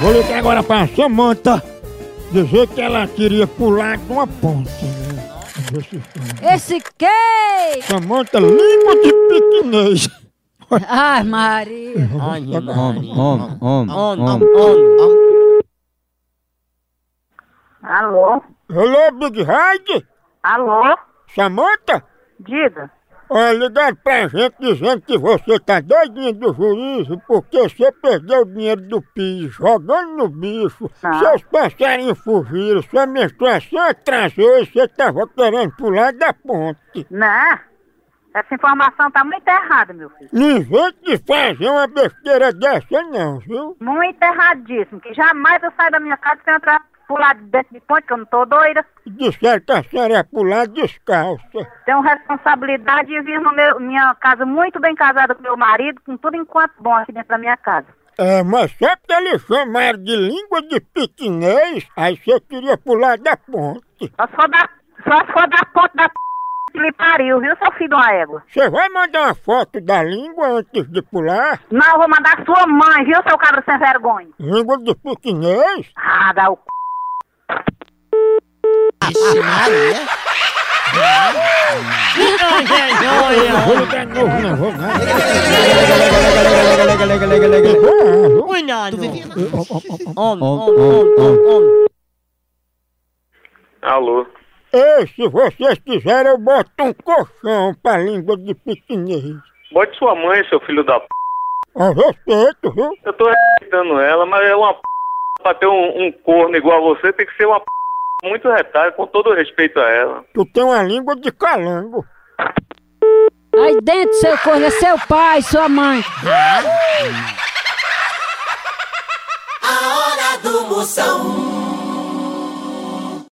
Vou ligar agora pra Samanta dizer que ela queria pular de uma ponte. Esse quê? Samanta, língua de piquinês. Ai, Maria. Homem, homem, homem, homem. Alô? Hello, Big Ride? Alô? Samanta? Diga. Olha, ligaram pra gente dizendo que você tá doidinha do juízo porque você perdeu o dinheiro do PIS jogando no bicho. Ah. Seus passarinhos fugiram, sua menstruação atrasou e você tava querendo pular da ponte. Não. Essa informação tá muito errada, meu filho. Não invente de fazer uma besteira dessa não, viu? Muito erradíssimo. Que jamais eu saio da minha casa sem entrar pular dentro de ponte, que eu não tô doida. Disseram que a senhora ia pular descalça. Tenho responsabilidade de vir no meu, minha casa muito bem casada com meu marido, com tudo enquanto bom aqui dentro da minha casa. É, mas só porque eles chamaram de língua de piquinês, aí você queria pular da ponte. Só se for da, só se for da ponte da p... que me pariu, viu, seu filho de uma égua? Você vai mandar uma foto da língua antes de pular? Não, eu vou mandar sua mãe, viu, seu cabra sem vergonha? Língua de piquinês? Ah, dá o c... Ixi, Maria. Vou ligar de novo, não vou nada. Lega, lega, lega, lega, lega. Homem, homem, homem, homem. Alô? Ei, se vocês quiserem, eu boto um colchão pra língua de piquinês. Bote sua mãe, seu filho da p. A respeito, viu? Eu tô respeitando ela, mas é uma p. Pra ter um, um corno igual a você, tem que ser uma p. Muito retalho, com todo respeito a ela. Tu tem uma língua de calango. Aí dentro, seu corno, é seu pai, sua mãe. A hora do Moção.